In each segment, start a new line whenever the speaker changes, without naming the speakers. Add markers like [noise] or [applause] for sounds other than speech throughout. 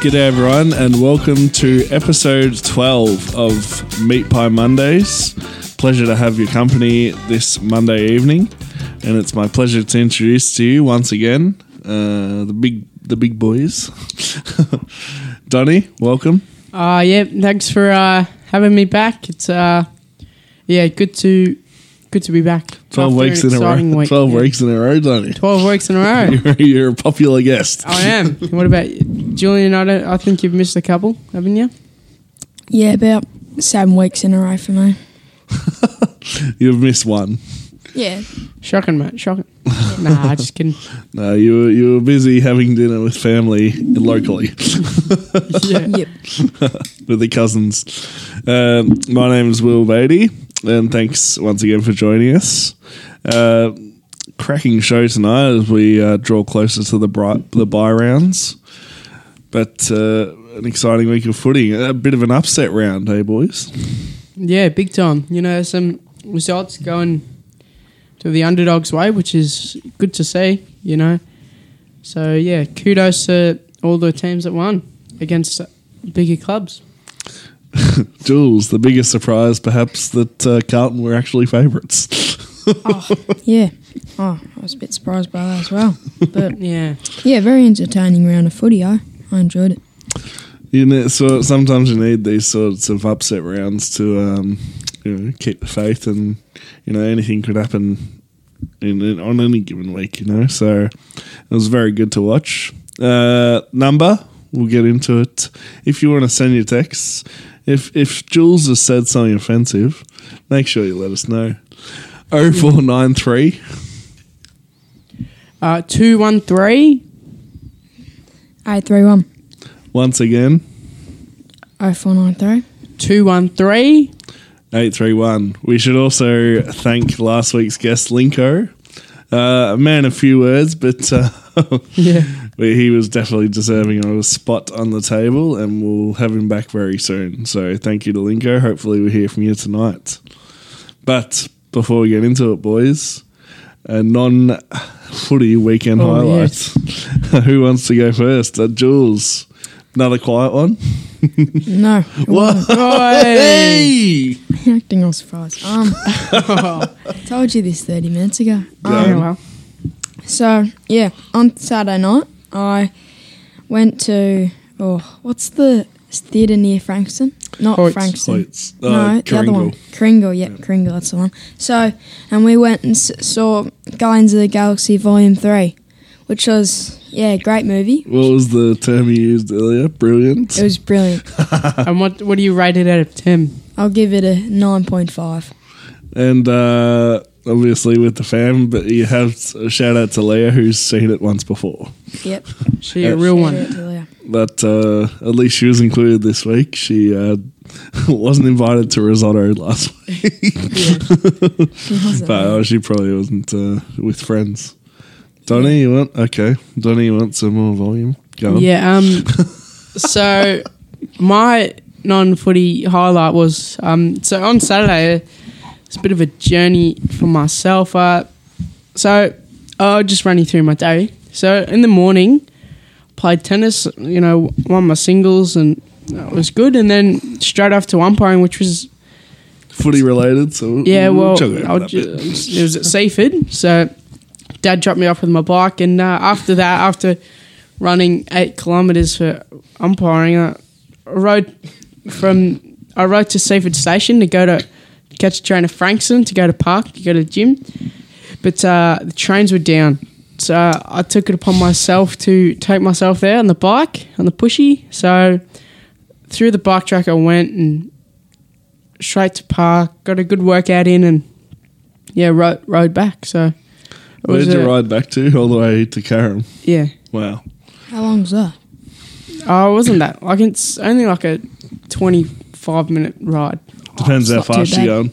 G'day, everyone, and welcome to episode 12 of Meat Pie Mondays. Pleasure to have your company this Monday evening, and it's my pleasure to introduce to you once again uh, the big the big boys. [laughs] Donny, welcome.
Uh, yeah, thanks for uh, having me back. It's uh, yeah, good to good to be back.
12
After an
weeks in a
exciting
row. [laughs]
week.
12
Yeah.
weeks in a row, Donny.
[laughs] Twelve Oh, weeks in a
[laughs]
row.
You're, you're a popular guest.
I am. What about you? Julian? I don't. I think you've missed a couple, haven't you?
Yeah, about seven weeks in a row for me.
You've missed one.
Yeah.
Shocking, mate. Shocking. nah,
[laughs]
just kidding.
No, Uh, you were, you were busy having dinner with family locally.
Yeah.
Yep.
with the cousins. Um, my name is Will Beatty, and thanks once again for joining us. Uh, cracking show tonight as we uh, draw closer to the bri- the buy rounds, but uh, an exciting week of footy. A bit of an upset round, hey boys.
Yeah, big time. You know, some results going to the underdogs' way, which is good to see. You know, so yeah, kudos to all the teams that won against bigger clubs.
Jules, the biggest surprise perhaps that uh, Carlton were actually favourites.
Yeah. Oh, I was a bit surprised by that as well. But
Yeah.
yeah, very entertaining round of footy. I, I enjoyed it.
You know, so sometimes you need these sorts of upset rounds to um, you know, keep the faith, and you know anything could happen in, in on any given week. You know, so it was very good to watch. Uh, number, we'll get into it. If you want to send your texts, if if Jules has said something offensive, make sure you let us know. Oh four nine three
Uh, two one three.
Eight three one.
once again
Oh four nine three.
213.
831. We should also thank last week's guest, Linko. Uh, a man of few words, but uh, [laughs]
Yeah.
we- he was definitely deserving of a spot on the table, and we'll have him back very soon. So thank you to Linko. Hopefully, we hear from you tonight. But before we get into it, boys, a non footy weekend
Oh,
highlight. [laughs] Who wants to go first? Uh, Jules. Another quiet one.
No. it
[laughs]
wasn't.
Oi.
Hey!
[laughs] Acting all surprised. Um,
oh,
told you this thirty minutes ago.
Yeah.
Um,
well.
So yeah, on Saturday night I went to oh what's the theatre near Frankston? Not
Hoyts.
Frankston.
Lights. Uh,
no, the other
Kringle.
one. Kringle, yeah, Kringle, that's the one. So, and we went and s- saw Guardians of the Galaxy Volume 3, which was, yeah, great movie.
What was the term you used earlier? Brilliant.
It was brilliant.
And what, what do you rate it out of 10?
I'll give it a 9.5.
And uh, obviously with the fam, but you have a shout out to Leah who's seen it once before.
Yep.
She a
Yeah.
real
Shout out
one.
to Leah.
But uh, at least she was included this week. She uh, [laughs] wasn't invited to risotto last week,
Was it?
but uh, she probably wasn't uh, with friends. Donnie, you want? Okay. Donnie, you want some more volume? Go on.
Yeah. Um. so my non-footy highlight was um. So on Saturday, it's a bit of a journey for myself. Uh, so uh, I'll just run you through my day. So in the morning, played tennis. You know, won my singles and that was good. And then straight off to umpiring, which was
Footy related, so
Yeah, well,
chug over
I'll
that
ju-
bit.
it was at Seaford, so Dad dropped me off with my bike, and uh, after that, after running eight kilometres for umpiring, I rode from I rode to Seaford Station to go to catch a train to Frankston to go to park to go to the gym, but uh, the trains were down, so I took it upon myself to take myself there on the bike on the pushy, so through the bike track I went and straight to park, got a good workout in, and yeah, rode rode back. So it
Where
was
did you
a-
ride back to? All the way to Caram.
Yeah,
Wow.
How long's that?
oh, it wasn't that like it's only like a twenty five minute ride.
Depends how
it's not too
fast you're
bad.
going.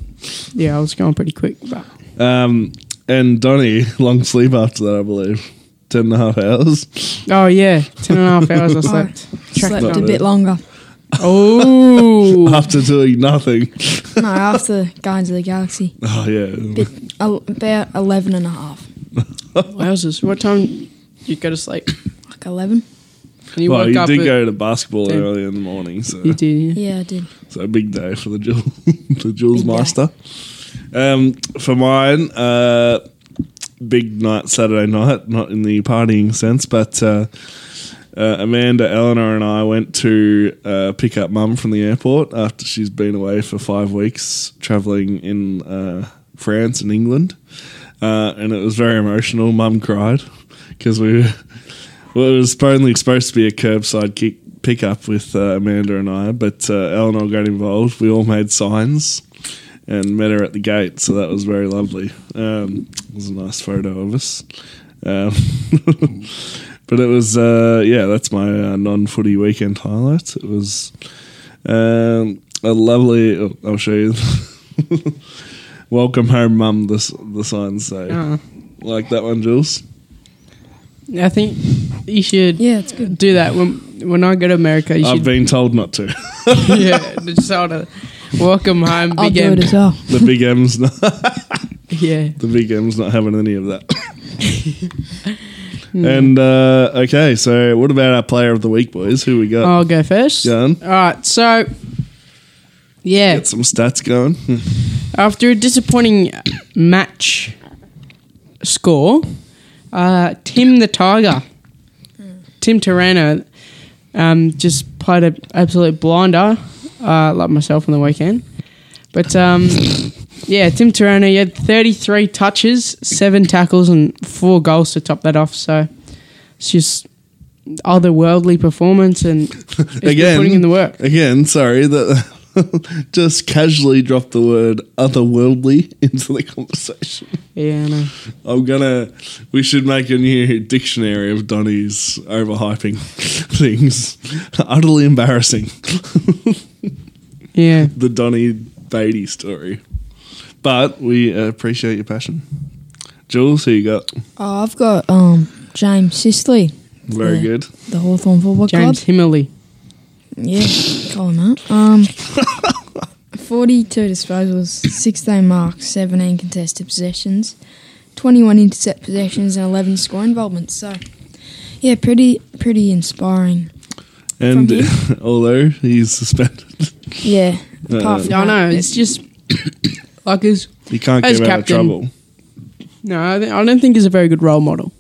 Yeah, I was going pretty quick, but
Um, and Donnie, [laughs] long sleep after that, I believe. Ten and a half hours. [laughs]
oh yeah, ten and a half
[laughs]
hours I slept. Tracked
Oh, Slept a
on.
bit longer.
[laughs]
Oh,
After doing nothing.
No, after Guardians of the Galaxy.
Oh, yeah.
Bit, al- about 11 and a half.
wowzers! What time did you go to sleep?
Like 11?
And you
well,
woke
you
up
did
at-
go to basketball
Yeah.
early in the morning, so
You did, yeah.
Yeah, I did.
so big day for the Jules, [laughs] the Jules
Big day.
Master. Um, for mine, uh, big night Saturday night, not in the partying sense, but uh, uh, Amanda, Eleanor, and I went to uh, pick up Mum from the airport after she's been away for five weeks traveling in uh, France and England, uh, and it was very emotional. Mum cried because we were. Well, it was apparently supposed to be a curbside kick pickup with uh, Amanda and I, but uh, Eleanor got involved. We all made signs and met her at the gate, so that was very lovely. Um, it was a nice photo of us. Um, [laughs] but it was, uh, yeah, that's my uh, non footy weekend highlight. It was um, a lovely, oh, I'll show you. [laughs] Welcome home, mum, the, s- the signs say.
Uh,
Like that one, Jules?
I think you should
Yeah, it's good.
do that when when I go to America. You
I've
should
been told not to. [laughs]
[laughs] yeah, just sort of welcome home.
I'll
Big
do
M.
it as well.
the big M's not
Yeah,
the big M's not having any of that. and uh, okay, so what about our player of the week, boys? Who we got?
I'll go first.
Jan?
All right, so yeah,
Get some stats going. [laughs]
after a disappointing match score, uh, Tim the Tiger, Tim Tarano, um, just played an absolute blinder, uh, like myself on the weekend. But um, yeah, Tim Tarano, he had 33 touches, seven tackles, and four goals to top that off. So it's just otherworldly performance and he's been
Again.
putting in the work.
Again, sorry that [laughs] just casually dropped the word otherworldly [laughs] into the conversation.
Yeah, I know.
I'm gonna. We should make a new dictionary of Donny's overhyping [laughs] things. [laughs] Utterly embarrassing. [laughs]
Yeah.
the Donny Beatty story. But we appreciate your passion. Jules, who you got?
Oh, I've got um James Sisley,
Very
Yeah.
good.
the Hawthorn Football
James
Club.
Himmerly.
Yeah, call him out. Um, [laughs] 42 disposals, 16 marks, 17 contested possessions, 21 intercept possessions, and 11 score involvements. So, yeah, pretty pretty inspiring.
And
From
[laughs] although he's suspended,
Yeah, apart from
Yeah, I know.
that,
It's just [coughs] like his.
he can't
As
get out of
captain.
trouble.
No, I don't- I don't think he's a very good role model.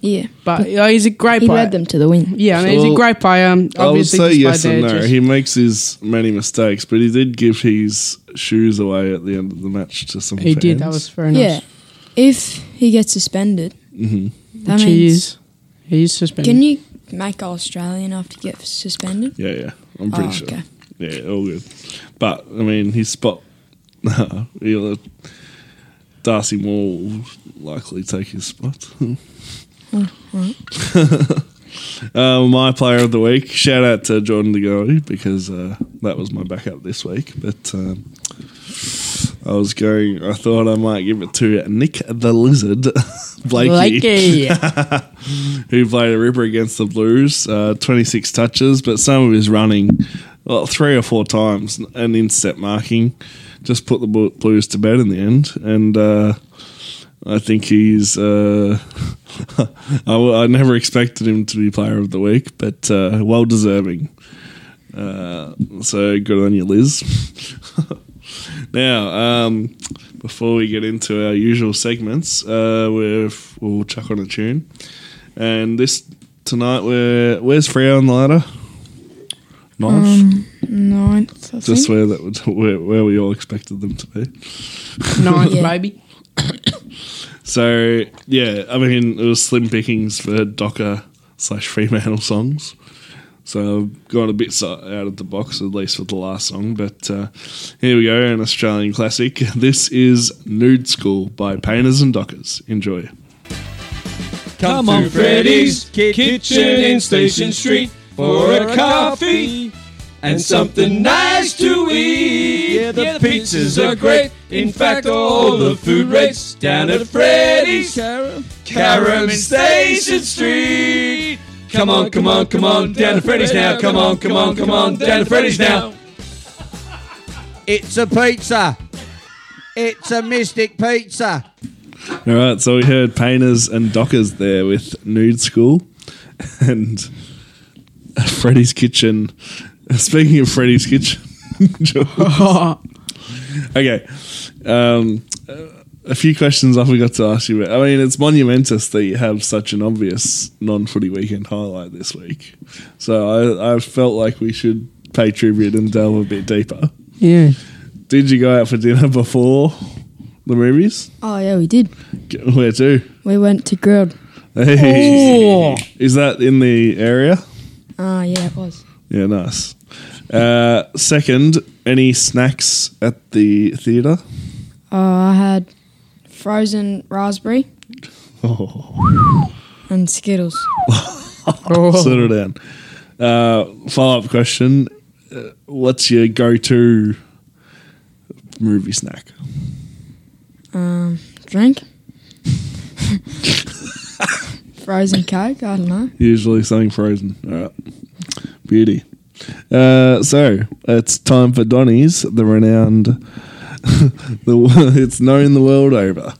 Yeah,
But you know, he's a great
he
player.
led them to the win.
Yeah, I mean, he's
Well,
a great player. Um,
I would
obviously
say
just
yes
played
and no.
there, just-
He makes his many mistakes, but he did give his shoes away at the end of the match to some.
he did. That was very nice.
Yeah, if he gets suspended,
hmm
that
Which he
means
is. He is suspended.
can you make Australian after you get suspended?
Yeah, yeah. I'm pretty
Oh,
sure.
okay.
Yeah, all good. But I mean, his spot. [laughs] he'll, Darcy Moore will likely take his spot. [laughs] Uh, my player of the week. Shout out to Jordan DeGoey because uh, that was my backup this week. But um, I was going. I thought I might give it to Nick the Lizard [laughs] Blakey,
Blakey.
[laughs]
who played a ripper against the Blues. Uh, Twenty six touches, but some of his running, well, three or four times, and instep marking, just put the Blu- Blues to bed in the end. And uh, I think he's. Uh, [laughs] I, w- I never expected him to be player of the week, but uh, well deserving. Uh, so good on you, Liz. [laughs] now, um, before we get into our usual segments, uh, we're, we'll chuck on a tune. And this tonight, we're where's Freo on the ladder? Ninth,
Ninth, I
just where
think.
that [laughs] would, where, where we all expected them to be.
Ninth,
Yeah.
baby.
So yeah, I mean it was slim pickings for Docker slash Fremantle songs. So I've gone a bit so- out of the box, at least for the last song. But uh, here we go, an Australian classic. [laughs] This is Nude School by Painters and Dockers. Enjoy.
Come on, Freddy's Kitchen in Station Street for a coffee and something nice to eat. Yeah, the pizzas are great. In fact, all the food rates down at Freddy's, Caram in Station Street. Come on, come on, come on, down to Freddy's now. Come on, come on, come on, down to Freddy's now.
It's a pizza. It's a mystic pizza.
All right, so we heard Painters [laughs] and Dockers there with Nude School, and Freddy's Kitchen. [laughs] Speaking of Freddy's Kitchen, [laughs] Jules. okay. Um, a few questions I forgot to ask you. About. I mean, it's monumentous that you have such an obvious non-footy weekend highlight this week. So I, I felt like we should pay tribute and delve a bit deeper.
Yeah.
Did you go out for dinner before the movies?
Oh yeah, we did.
G- Where to?
We went to grilled.
Hey.
Oh.
Is that in the area?
Ah yeah, it was.
Yeah, nice. Uh, second, any snacks at the theatre?
Uh, I had frozen raspberry and Skittles.
Settle down. Uh, follow up question: uh, What's your go-to movie snack?
Um, drink. [laughs] frozen Coke. I don't know.
Usually something frozen. All right, beauty. Uh, so it's time for Donny's, the renowned, [laughs] the it's known the world over.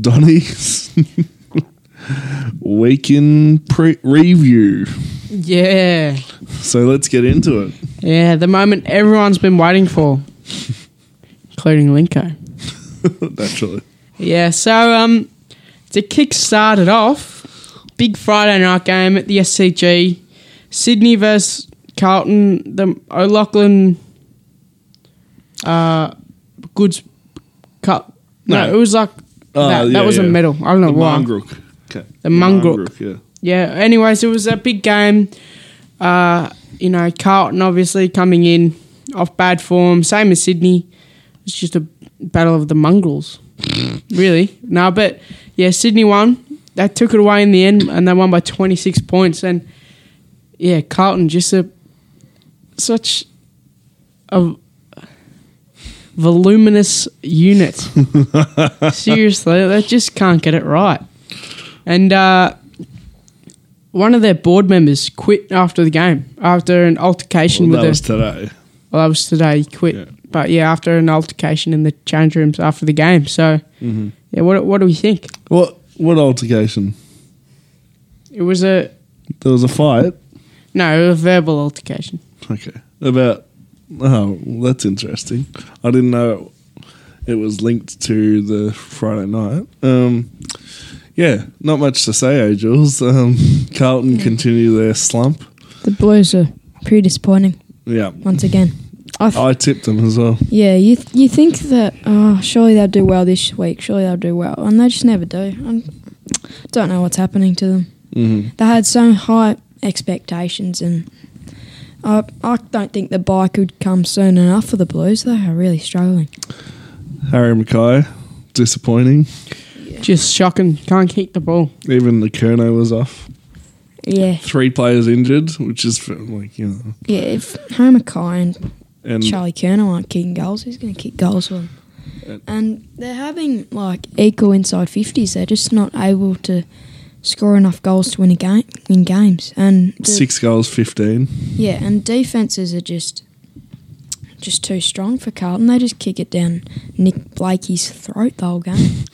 Donny's [laughs] weekend pre- review.
Yeah.
So let's get into it.
Yeah, the moment everyone's been waiting for, including Linko.
[laughs] Naturally.
Yeah, so um, to kick start it off, big Friday night game at the SCG, Sydney versus Carlton, the O'Loughlin uh, goods cup. No,
No. Oh,
it was like that,
Ah, yeah,
that was a
yeah.
medal. I don't know
The
why.
Mangrook. Okay.
The Mangrook.
Yeah.
Yeah. Anyways, it was a big game. Uh, you know, Carlton obviously coming in off bad form, same as Sydney. It's just a battle of the mongrels, really. No, but yeah, Sydney won. That took it away in the end, and they won by 26 points. And yeah, Carlton just a such a voluminous
[laughs]
unit. Seriously, they just can't get it right. And uh, one of their board members quit after the game after an altercation
Well, that
with
was
a,
today.
well, that was today. He quit,
Yeah.
but yeah, after an altercation in the change rooms after the game. So
Mm-hmm.
yeah, what what do we think?
What what altercation?
It was a
There was a fight.
no, a verbal altercation.
Okay. About oh, that's interesting. I didn't know it was linked to the Friday night. Um, yeah, not much to say, eh, Jules. Um, Carlton continue their slump.
The Blues are pretty disappointing
Yeah,
once again. I th-
I tipped them as well.
yeah, you th- you think that oh surely they'll do well this week, surely they'll do well, and they just never do. I don't know what's happening to them.
Mm-hmm.
They had so high expectations, and I I don't think the buy could come soon enough for the Blues. They are really struggling.
Harry Mackay, disappointing.
Just shocking. Can't kick the ball.
Even the Kerno was off.
Yeah,
Three players injured, which is like you know.
yeah. If Homer Kai and
And
Charlie Kerner aren't kicking goals, who's going to kick goals for them?
And-
And they're having like equal inside fifties. They're just not able to score enough goals to win a game, win games. And the-
six goals, fifteen.
Yeah, and defenses are just just too strong for Carlton. They just kick it down Nick Blakey's throat the whole game.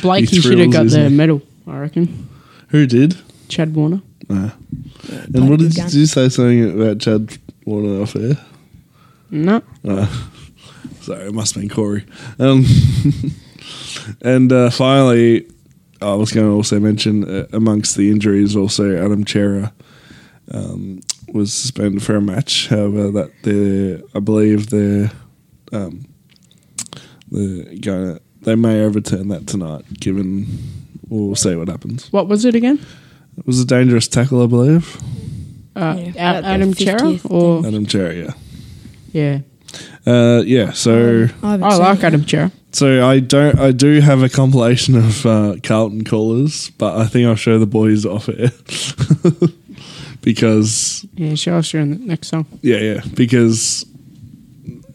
Blakey should have
thrills,
got the
isn't he?
medal. I reckon.
Who did?
Chad Warner.
Nah.
Blakey
And what did you,
gun.
did you say something about Chad Warner off air?
No.
Sorry, it must have been Corey. Um, [laughs] and uh, finally, I was going to also mention uh, amongst the injuries, also Adam Chera um, was suspended for a match. However, that they, I believe they're, um, they're going to, they may overturn that tonight, given we'll see what happens.
What was it again?
It was a dangerous tackle, I believe.
Uh, A-
Yeah, about their
Adam
50th
Chera or
Adam Chera,
yeah.
yeah. Uh, yeah, so.
I, haven't
I
seen
like
it.
Adam Chera.
So I don't. I do have a compilation of uh, Carlton callers, but I think I'll show the boys off air [laughs] because
Yeah, show us during the next song.
yeah, yeah. Because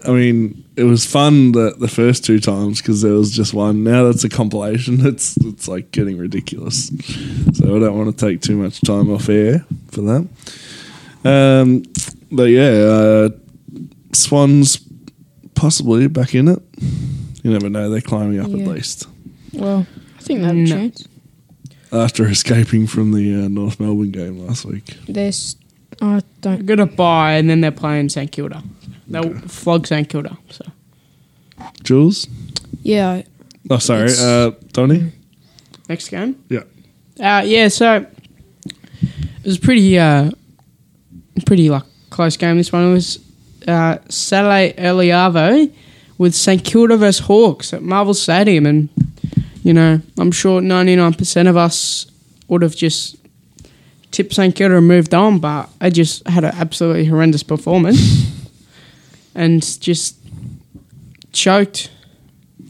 I mean, it was fun the the first two times because there was just one. Now that's a compilation. [laughs] It's it's like getting ridiculous. So I don't want to take too much time off air for that. Um, but yeah, uh, Swans possibly back in it. You never know. They're climbing up
Yeah.
at least.
Well, I think they have a
No.
chance.
after escaping from the uh, North Melbourne game last week.
There's, I
They're
don't.
going to buy, and then they're playing St Kilda. They'll flog St Kilda. So
Jules?
Yeah,
Oh, sorry.
It's-
Uh, Donny?
next game.
Yeah.
Uh, yeah, so it was pretty, uh, pretty like close game. This one it was uh, Saturday early arvo with St Kilda versus Hawks at Marvel Stadium, and you know I'm sure 99% of us would have just tipped St Kilda and moved on, but I just had an absolutely horrendous performance and just choked.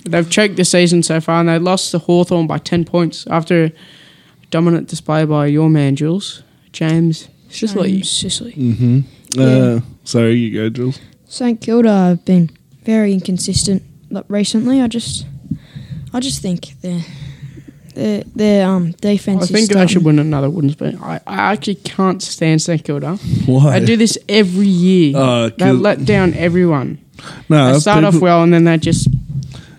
They've choked the season so far, and they lost to Hawthorn by 10 points after a dominant display by your man, Jules. James Shisley.
um, Sicily.
Uh, sorry, you go, Jules.
St Kilda have uh, been very inconsistent like, recently. I just, I just think their their their um defense.
I
is
think they
starting-
should win another wooden spoon. I, I actually can't stand St Kilda.
Why?
I do this every year.
Oh,
they
'cause-
let down everyone.
[laughs] No,
they start off
people-
well and then they just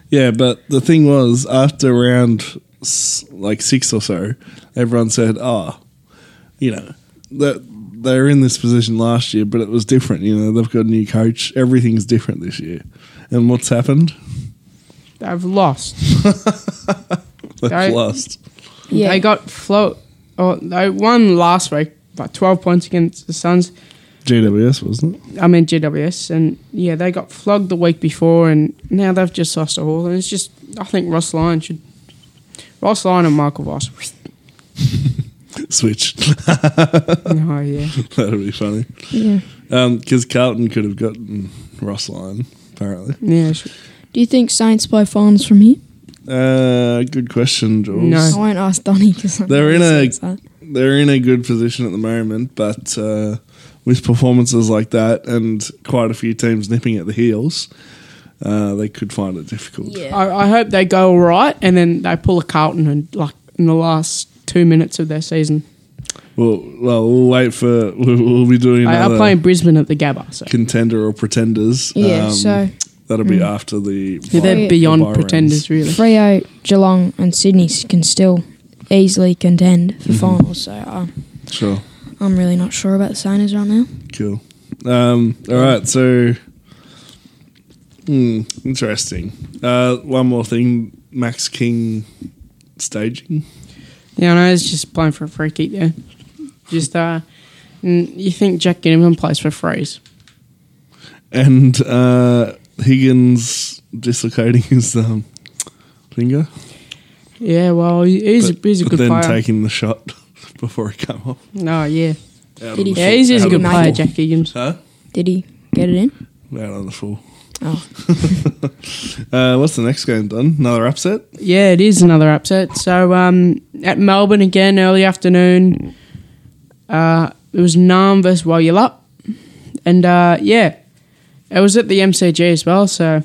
Yeah, but the thing was, after round s- like six or so, everyone said, "Ah, you know, that they were in this position last year, but it was different. You know, they've got a new coach. Everything's different this year." And what's happened?
they've lost.
They've
Right.
lost.
Yeah,
They got float. Oh, they won last week by twelve points against the Suns.
GWS wasn't it?
I mean GWS, and yeah, they got flogged the week before, and now they've just lost to Hawthorn. It's just I think Ross Lyon should. Ross Lyon and Michael Voss. [laughs]
Switch. [laughs]
oh yeah,
That'd be funny.
yeah.
Because Um, Carlton could have gotten Ross Lyon, apparently.
yeah. sh-
Do you think Saints play finals from here?
Uh, good question, Jules.
No.
I won't ask Donny because
They're in a- they're in a good position at the moment, but uh, with performances like that and quite a few teams nipping at the heels, uh, they could find it difficult.
Yeah.
I, I hope they go all right, and then they pull a Carlton and like in the last two minutes of their season.
Well, well, we'll wait for we'll, we'll be doing
They are
another
playing Brisbane at the Gabba, so
contender or pretenders. um,
Yeah, so-
that'll be after the.
Yeah, Mm. they're
Right.
beyond
Byron's.
pretenders, really.
Frio, Geelong, and Sydney can still easily contend for finals. So uh,
Sure,
I'm really not sure about the Saints right now.
cool. Um, all right, so hmm, interesting. Uh, one more thing, Max King staging.
Yeah, no, it's just playing for a free kick there. Just uh, n- you think Jack Ginnivan plays for frees?
and uh, Higgins dislocating his um, finger,
Yeah, well, he- he's
but-
a, he's a
but
good
then
player.
taking the shot [laughs] before it came off.
No, yeah,
Out
Did
on
he-
the
yeah,
full-
he's, he's a
out
good
on the
player,
full.
Jack Higgins.
Huh?
Did he get it in?
Out on the full.
Oh,
Uh, what's the next game done? Another upset.
Yeah, it is another upset. So um, at Melbourne again, early afternoon. Uh, it was Nam versus Wayulup, and uh, yeah, it was at the MCG as well. So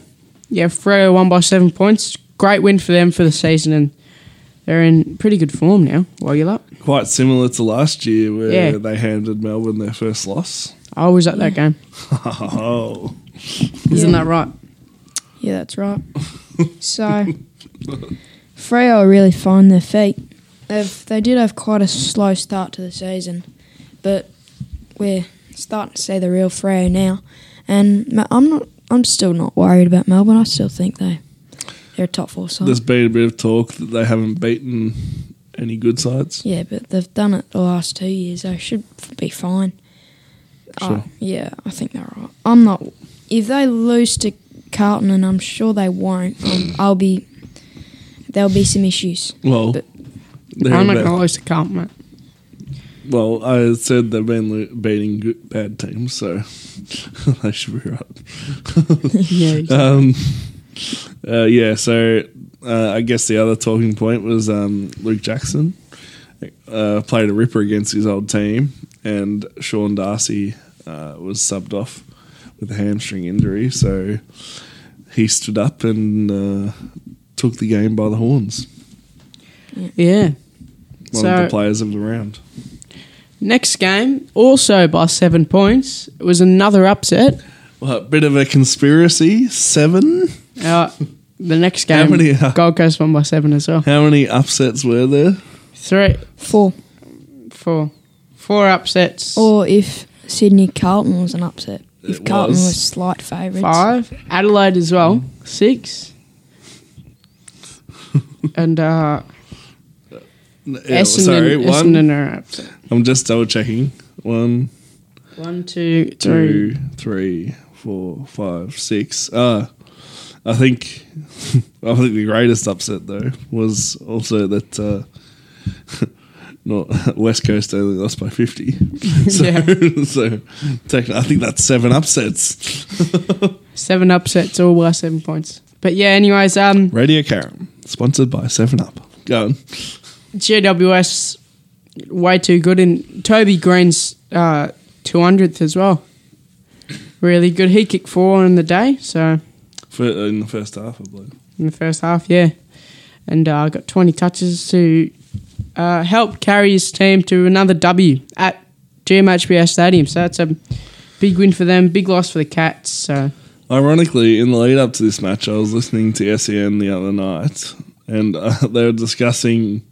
yeah, Freo won by seven points. Great win for them for the season, and they're in pretty good form now. Wayulup,
Quite similar to last year, where
Yeah.
they handed Melbourne their first loss.
I was at that game.
Oh,
Isn't that right?
yeah, that's right. so Freo are really find their feet. They've they did have quite a slow start to the season, but we're starting to see the real Freo now. And Ma- I'm not. I'm still not worried about Melbourne. I still think they they're a top four
Oh.
side.
there's been a bit of talk that they haven't beaten any good sides.
Yeah, but they've done it the last two years. They should f- be fine. Uh,
Sure.
yeah, I think they're right. I'm not. If they lose to Carlton, and I'm sure they won't, um, I'll be. There'll be some issues.
Well,
But-
they're
I'm not
about-
gonna lose to Carlton, mate.
Well, I said they've been lo- beating good, bad teams, so [laughs] they should be right.
[laughs] Yeah,
um, [laughs] uh, yeah, so uh, I guess the other talking point was um, Luke Jackson uh, played a ripper against his old team, and Sean Darcy uh, was subbed off with a hamstring injury, so he stood up and uh, took the game by the horns.
yeah.
One of
So-
the players of the round.
Next game, also by seven points, it was another upset.
Well, a bit of a conspiracy. Seven.
Uh, the next game,
many are-
Gold Coast won by seven as well.
How many upsets were there?
Three,
Four.
four, four upsets.
Or if Sydney Carlton was an upset. If
It
Carlton
was.
was slight favourites.
five. Adelaide as well.
[laughs]
Six. and uh,
Yeah,
Essendon,
sorry, one.
Essendon are upset.
I'm just double checking. One,
One, two, three.
two, three, four, five, six. Uh I think [laughs] I think the greatest upset though was also that uh [laughs] not [laughs] West Coast only lost by fifty. So, [laughs] so technically, I think that's seven upsets.
Seven upsets, all by seven points. But yeah, anyways, um,
Radio Karen, sponsored by Seven Up. Go on.
GWS way too good, and Toby Green's uh two hundredth as well. Really good. He kicked four in the day, so
For, in the first half, I believe.
in the first half, yeah, and uh, got twenty touches to uh, help carry his team to another W at GMHBS Stadium. So that's a big win for them, big loss for the Cats. So
Ironically, in the lead up to this match, I was listening to SEN the other night, and uh, [laughs] they were discussing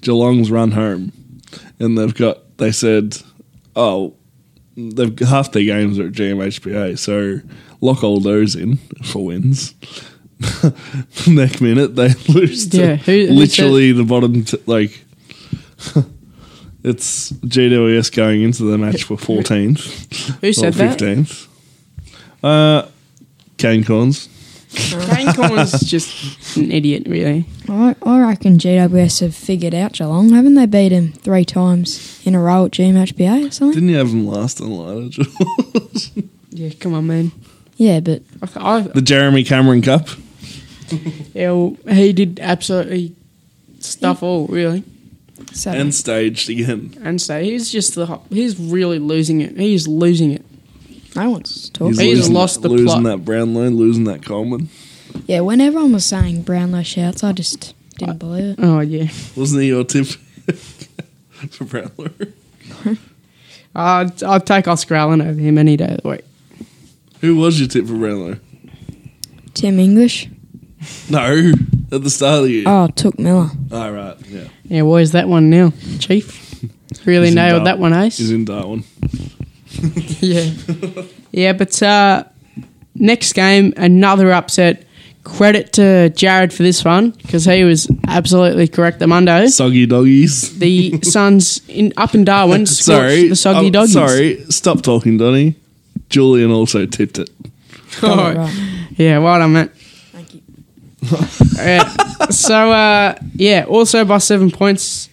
Geelong's run home, and they've got they said, oh, they've half their games are at GMHBA, so lock all those in for wins. [laughs] Next minute they [laughs] lose to
Yeah, who- who
literally the bottom, t- like. [laughs] It's GWS going into the match
[laughs]
for 14th.
Who said
or
that?
15th. Uh, Cane Corns.
Kane Corn's just an idiot, really.
I, I reckon GWS have figured out Geelong, haven't they? Beat him three times in a row at GMHBA or something.
Didn't you have them last on Lighter?
Yeah, come on, man.
yeah, but
I,
[laughs]
I,
the Jeremy Cameron Cup.
Yeah, well, he did absolutely stuff all really,
so
And staged again.
and so he's just the hot- he's really losing it. He's losing it.
no one's talking.
He's lost the
losing
plot.
that Brownlow, losing that Coleman.
Yeah, when everyone was saying Brownlow shouts, I just didn't believe it.
Oh yeah,
Wasn't he your tip [laughs] for Brownlow?
I'd, I'd take Oscar Allen over him any day of the week.
Who was your tip for Brownlow?
Tim English.
No, at the start of the year.
Uh,
All
Oh, took Miller.
right, yeah.
Yeah, where's that one now,
[laughs]
Chief? Really
He's in
nailed
Dar-
that one, Ace.
He's in Darwin.
yeah, yeah, but uh, next game another upset. Credit to Jared for this one because he was absolutely correct. The Mundo,
Soggy doggies. [laughs]
the Suns in up in Darwin. scorched
sorry,
the soggy
I'm
doggies.
Sorry, stop talking, Donny. Julian also tipped it.
All right. Yeah, well done, mate.
Thank you.
[laughs]
Yeah. so uh, yeah, also by seven points.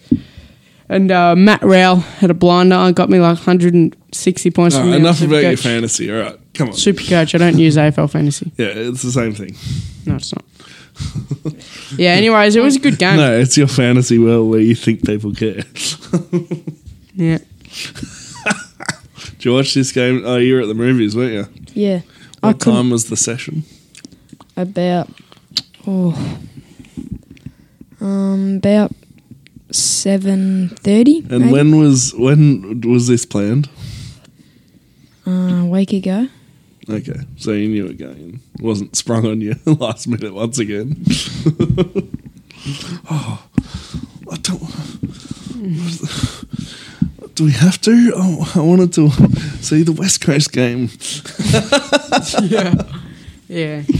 And uh, Matt Rowell had a blinder and got me like 160 points.
All
from
right,
the
enough
Super
about your
Coach.
fantasy. All right, come on.
Super coach. I don't use AFL fantasy.
Yeah, it's the same thing.
No, it's not. [laughs] yeah. Anyways, it was a good game.
No, it's your fantasy world where you think people care. [laughs]
Yeah.
Did you watch this game? Oh, you were at the movies, weren't you?
Yeah, I
What
couldn't
time was the session?
about oh um about seven thirty.
And when was when was this planned?
uh, a week ago.
Okay, so you knew it going in. It wasn't sprung on you [laughs] last minute once again. [laughs] oh, I don't.
Hmm.
[laughs] Do we have to? Oh, I wanted to see the West Coast game.
Yeah.
[laughs]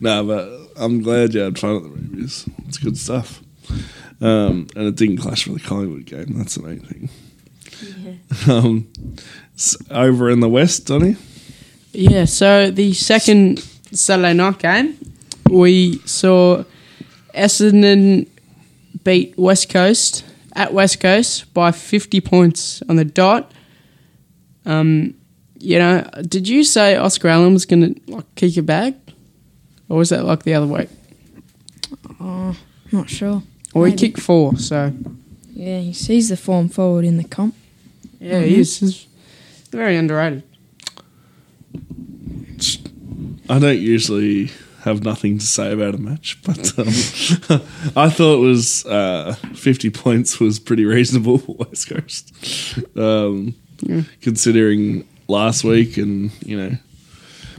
No, but I'm glad you had fun at the movies. It's good stuff. Um, and it didn't clash with the Collingwood game. That's the main thing. [laughs] Um, s over in the West, Donny.
Yeah. So the second Saturday night game, we saw Essendon beat West Coast at West Coast by 50 points on the dot. Um, you know, did you say Oscar Allen was going to like kick a bag, or was that like the other way?
Oh, not sure.
Or he
Maybe.
kicked four, so
Yeah, he sees the form forward in the comp.
yeah, he is he's very underrated.
I don't usually have nothing to say about a match, [laughs] but um, I thought it was uh, 50 points was pretty reasonable for West Coast, um, considering last week and you know.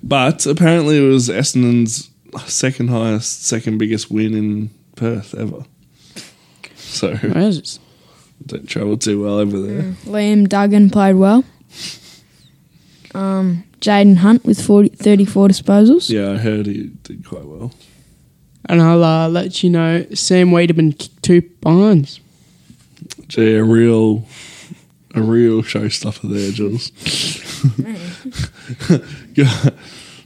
But apparently, it was Essendon's second highest, second biggest win in Perth ever. so
Where is it?
don't travel too well over there.
Mm. Liam Duggan played well. Um, Jaden Hunt with 40, 34 disposals.
Yeah, I heard he did quite well.
And I'll uh, let you know Sam Wiedemann kicked two behinds.
Gee, a real, a real showstopper there, Jules. [laughs] Go-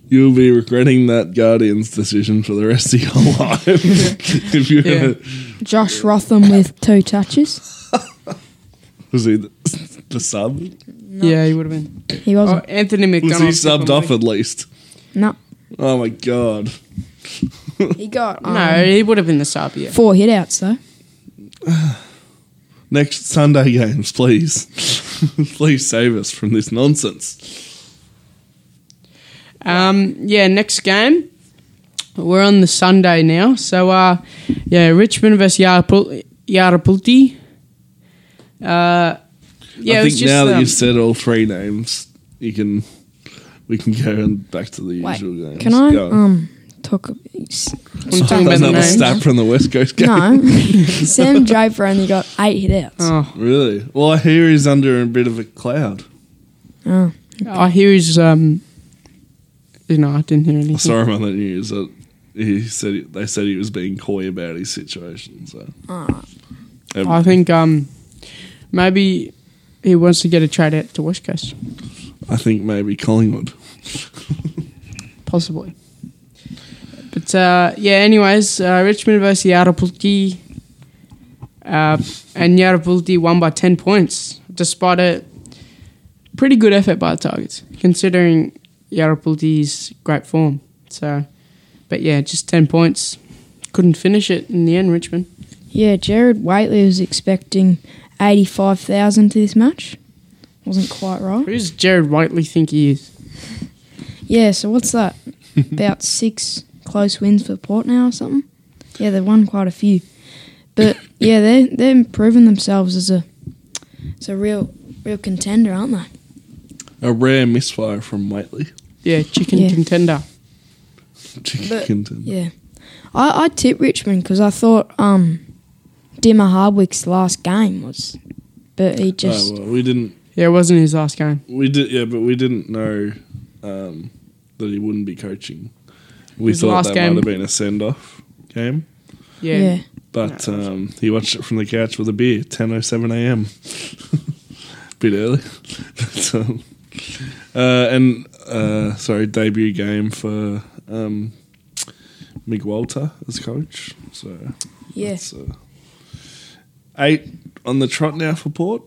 You'll be regretting that Guardians decision for the rest of your [laughs] life if you're
Yeah.
gonna.
Josh Rotham with two touches.
Was he the, the sub?
Yeah, he would have been.
He
Oh,
wasn't.
Anthony
Was
McDonald.
he subbed off at least?
No.
Oh my god!
He got um,
No, he would have been the sub, yeah.
four hit outs, though.
Next Sunday games, please, [laughs] please save us from this nonsense.
Um, yeah, next game. We're on the Sunday now. So, uh, yeah, Richmond versus Yarapul- Yarapulti. Uh, yeah,
I
it was
think
just,
now that
um,
you've said all three names, you can we can go and back to the
Wait,
usual games.
can I
Go on.
um talk? a- s-
I'm talking
That's
about the
another
names.
stat [laughs] from the West Coast game.
No, [laughs] Sam Draper only got eight hit outs.
Oh,
Really? Well, I hear he's under a bit of a cloud.
Oh.
I hear his. Um, you know, I didn't hear anything.
I saw him on the news. That uh, he said they said he was being coy about his situation. So Um,
Ah. I think um, maybe he wants to get a trade out to West Coast,
I think maybe Collingwood.
possibly. But uh, yeah, anyways, uh, Richmond versus Yarrapulti, uh, and Yarrapulti won by ten points, despite a pretty good effort by the Tigers, considering Yarrapulti's great form. So, but yeah, just ten points. Couldn't finish it in the end, Richmond.
Yeah, Jared Waitley was expecting eighty-five thousand to this match. Wasn't quite right.
Who does Jared Whiteley think he is?
Yeah, so what's
[laughs]
that? About six close wins for Port now or something? Yeah, they've won quite a few. But yeah, they're they're improving themselves as a as a real real contender, aren't they?
A rare misfire from Waitley.
Yeah, chicken
Yeah.
contender.
But-
Chickington.
Yeah. I, I tip Richmond because I thought um Dimmer Hardwick's last game was but he just
oh, well, we didn't.
Yeah, it wasn't his last game.
We did. Yeah, but we didn't know um, that he wouldn't be coaching. We
His
thought
last
that
game-
might have been a send-off game,
Yeah.
yeah.
but um, he watched it from the couch with a beer, ten oh seven a.m. [laughs] Bit early, [laughs] but, um, uh, and uh, sorry, debut game for um, Mig Walter as coach. So
Yeah.
that's, uh, eight on the trot now for Port.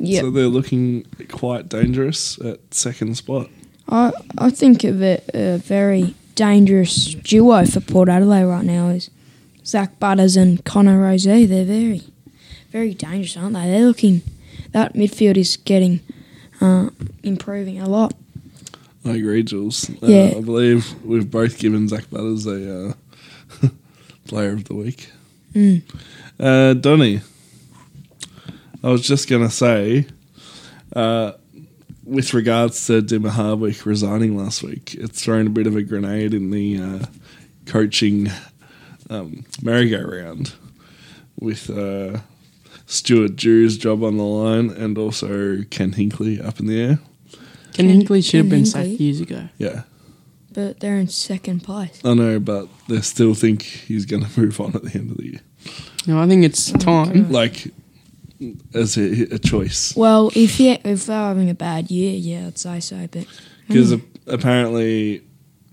Yeah.
So they're looking quite dangerous at second spot.
I I think of a, a very dangerous duo for Port Adelaide right now is Zach Butters and Connor Rose. They're very, very dangerous, aren't they? They're looking that midfield is getting uh, improving a lot.
I agree, Jules. Uh,
Yeah.
I believe we've both given Zach Butters a uh, [laughs] player of the week.
Mm.
Uh, Donny, I was just going to say, uh, with regards to Dimmer Hardwick resigning last week, it's thrown a bit of a grenade in the uh, coaching um, merry-go-round with uh, Stuart Drew's job on the line and also Ken Hinkley up in the air.
Ken Hinkley should have
Ken
been
Hinkley.
sacked years ago.
Yeah.
But they're in second place.
I know, but they still think he's going to [laughs] move on at the end of the year.
No, I think it's
Oh Hmm.
time.
Like, as a, a choice.
Well, if yeah, if they're having a bad year, yeah, I'd say so. But
Because
Hmm.
apparently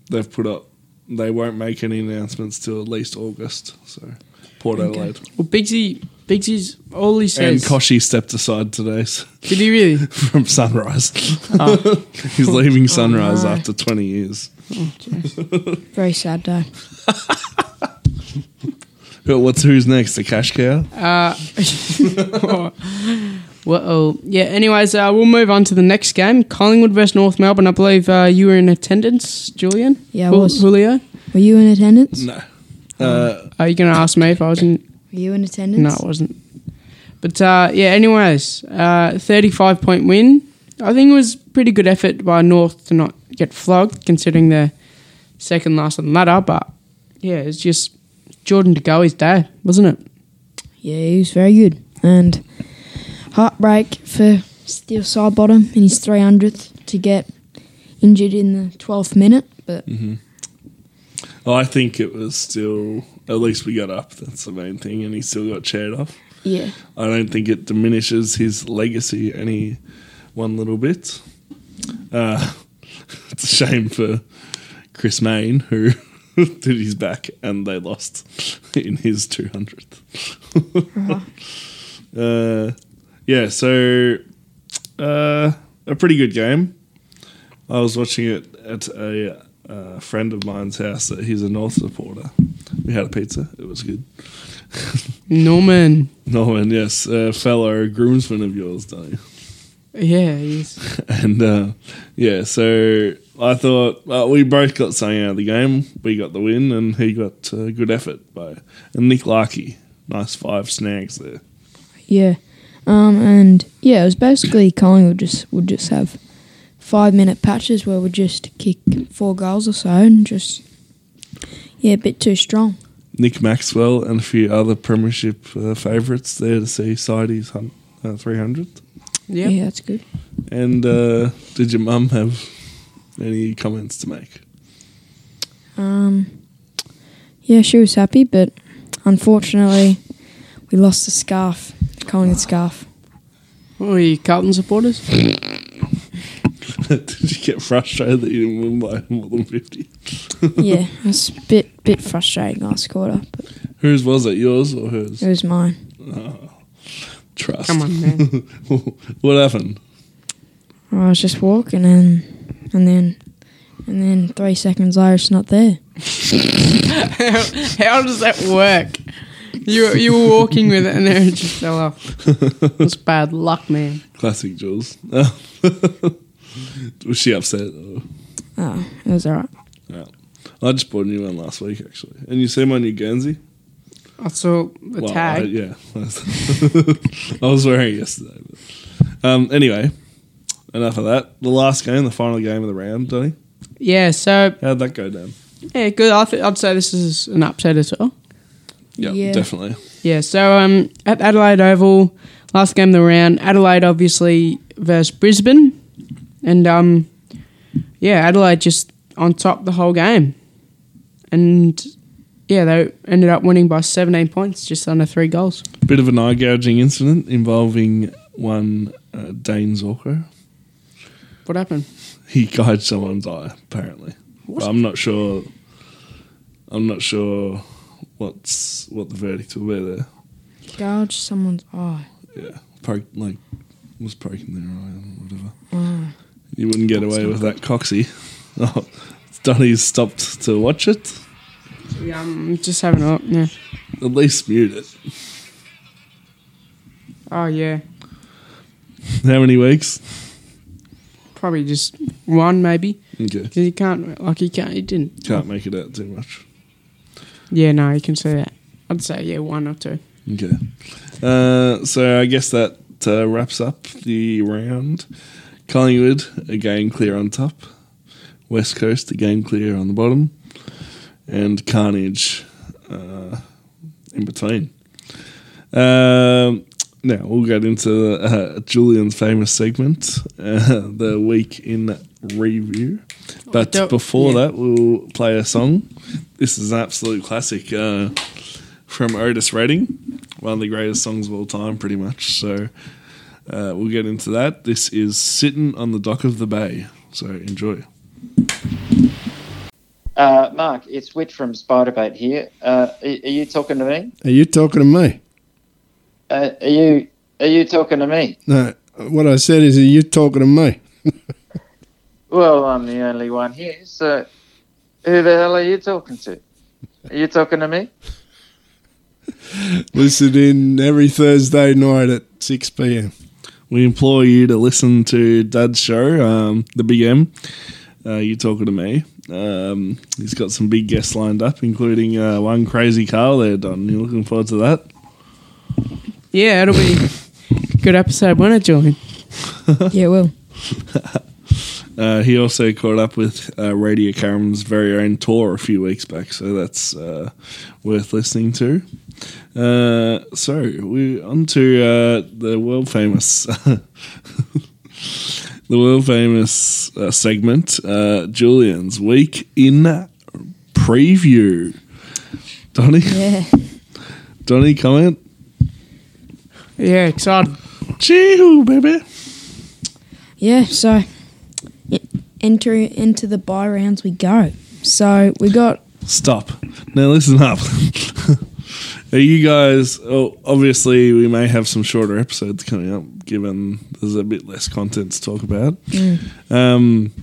they've put up, they won't make any announcements till at least August. So, Port
Okay.
Adelaide.
Well, Bigsy, Bigsy's all he
And
says.
Koshy stepped aside today [laughs] s-
did he really?
from Sunrise. [laughs] he's leaving Sunrise
Oh. no.
after 20 years.
very sad day.
But what's who's next? The cash cow?
Uh, [laughs] oh. well, yeah. Anyways, uh, we'll move on to the next game, Collingwood versus North Melbourne. I believe uh, you were in attendance, Julian.
Yeah, I
Jul-
was.
Julio,
Were you in attendance?
No.
Uh-huh.
Uh,
are you going to ask me if I was in?
Were you in attendance?
No, I wasn't. But uh, yeah. Anyways, uh, thirty-five point win. I think it was pretty good effort by North to not get flogged, considering they're second last on the ladder. But yeah, it's just Jordan to go his day, wasn't it?
yeah, he was very good. And heartbreak for Steel Side Bottom in his 300th to get injured in the 12th minute. But
Mm-hmm.
I think it was still. At least we got up. That's the main thing, and he still got chaired off.
yeah,
I don't think it diminishes his legacy any one little bit. Uh, [laughs] it's a shame for Chris Main, who [laughs] did his back and they lost [laughs] in his 200th. [laughs] uh, yeah, so uh, a pretty good game. I was watching it at a uh, friend of mine's house. That he's a North supporter. We had a pizza. It was good.
Norman.
Norman, yes, uh, a fellow groomsman of yours, don't you? [laughs]
Yeah, he's
And uh, yeah, so I thought well, we both got something out of the game. We got the win, and he got uh, good effort by and Nick Larkey. Nice five snags there.
yeah. Um, and yeah, it was basically Collingwood just would just have five minute patches where we just kick four goals or so and just yeah, a bit too strong.
Nick Maxwell and a few other Premiership uh, favourites there to see Sidey's hun- uh, 300.
yeah.
Yeah, that's good.
And uh, did your mum have any comments to make? [laughs]
Um, yeah, she was happy, but unfortunately, we lost the scarf, the Collingwood scarf.
What were you Oh, Carlton supporters?
did you get frustrated that you didn't win by more than [laughs] 50?
yeah, it was a bit bit frustrating last quarter, but
Whose was it? Yours or hers?
it was mine.
Trust.
Come on, [laughs] man.
[laughs] what happened?
I was just walking and and then and then three seconds later, it's not there.
how, how does that work? You you were walking with it and then it just fell off. [laughs] It's bad luck, man.
Classic Jules. [laughs] Was she upset? Or?
Oh, it was alright.
Yeah. I just bought a new one last week, actually. And you see my new Guernsey?
I saw the
Well, I,
tag.
yeah. [laughs] I was wearing it yesterday. But. Um, anyway, enough of that. The last game, the final game of the round, Donny.
yeah, so
How'd that go down?
yeah, good. I th- I'd say this is an upset as well.
Yeah.
definitely.
Yeah, so um, at Adelaide Oval, last game of the round, Adelaide obviously versus Brisbane, and um, yeah, Adelaide just on top the whole game, and yeah, they ended up winning by 17 points, just under three goals.
Bit of an eye gouging incident involving one uh, Dane Zorko.
What happened?
he gouged someone's eye apparently. But I'm not sure. I'm not sure what's what the verdict will be there.
Gouge someone's eye.
Yeah, Poke, like was poking their eye or whatever. You wouldn't get away with that, Coxie. [laughs] Oh, Donny's stopped to watch it.
Yeah, I'm just having a look. Yeah.
At least mute it. [laughs]
Oh yeah,
How many weeks?
probably just one maybe
Okay,
because you can't like you can't you didn't.
can't make it out too much.
Yeah, no, you can say that. I'd say yeah, one or two.
Okay. Uh, so I guess that uh, wraps up the round. Collingwood again clear on top. West Coast again clear on the bottom, and Carnage uh, in between. Um, now we'll get into uh, Julian's famous segment, uh, the week in review. But
Oh, don't-
before
yeah.
that, we'll play a song. This is an absolute classic uh, from Otis Redding, one of the greatest songs of all time, pretty much. So uh, we'll get into that. This is "Sitting on the Dock of the Bay." So enjoy.
Uh, Mark, it's Whit from Spiderbait here. Uh, are, are you talking to me?
Are you talking to me?
Uh, are you are you talking to me?
No, what I said is, are you talking to me?
Well, I'm the only one here, so who the hell are you talking to? Are you talking to me?
Listen in every Thursday night at 6 p.m.
We implore you to listen to Dad's show, um, The Big M. Uh, you talking to me? Um, he's got some big guests lined up, including uh, one crazy Carl there, Don. You looking forward to that?
Yeah, it'll be a good episode when I join.
[laughs] yeah, well,
Uh, he also caught up with uh, Radio Caram's very own tour a few weeks back, so that's uh, worth listening to. Uh, so we're on to uh, the world famous, [laughs] the world famous uh, segment, uh, Julian's week in preview. Donny,
Yeah.
Donny, comment.
Yeah, excited.
Chee-hoo, baby.
Yeah, so e- enter into the buy rounds we go. So we got
Stop. Now listen [laughs] up. Are you guys? Oh, obviously, we may have some shorter episodes coming up, given there's a bit less content to talk about.
Mm.
Um,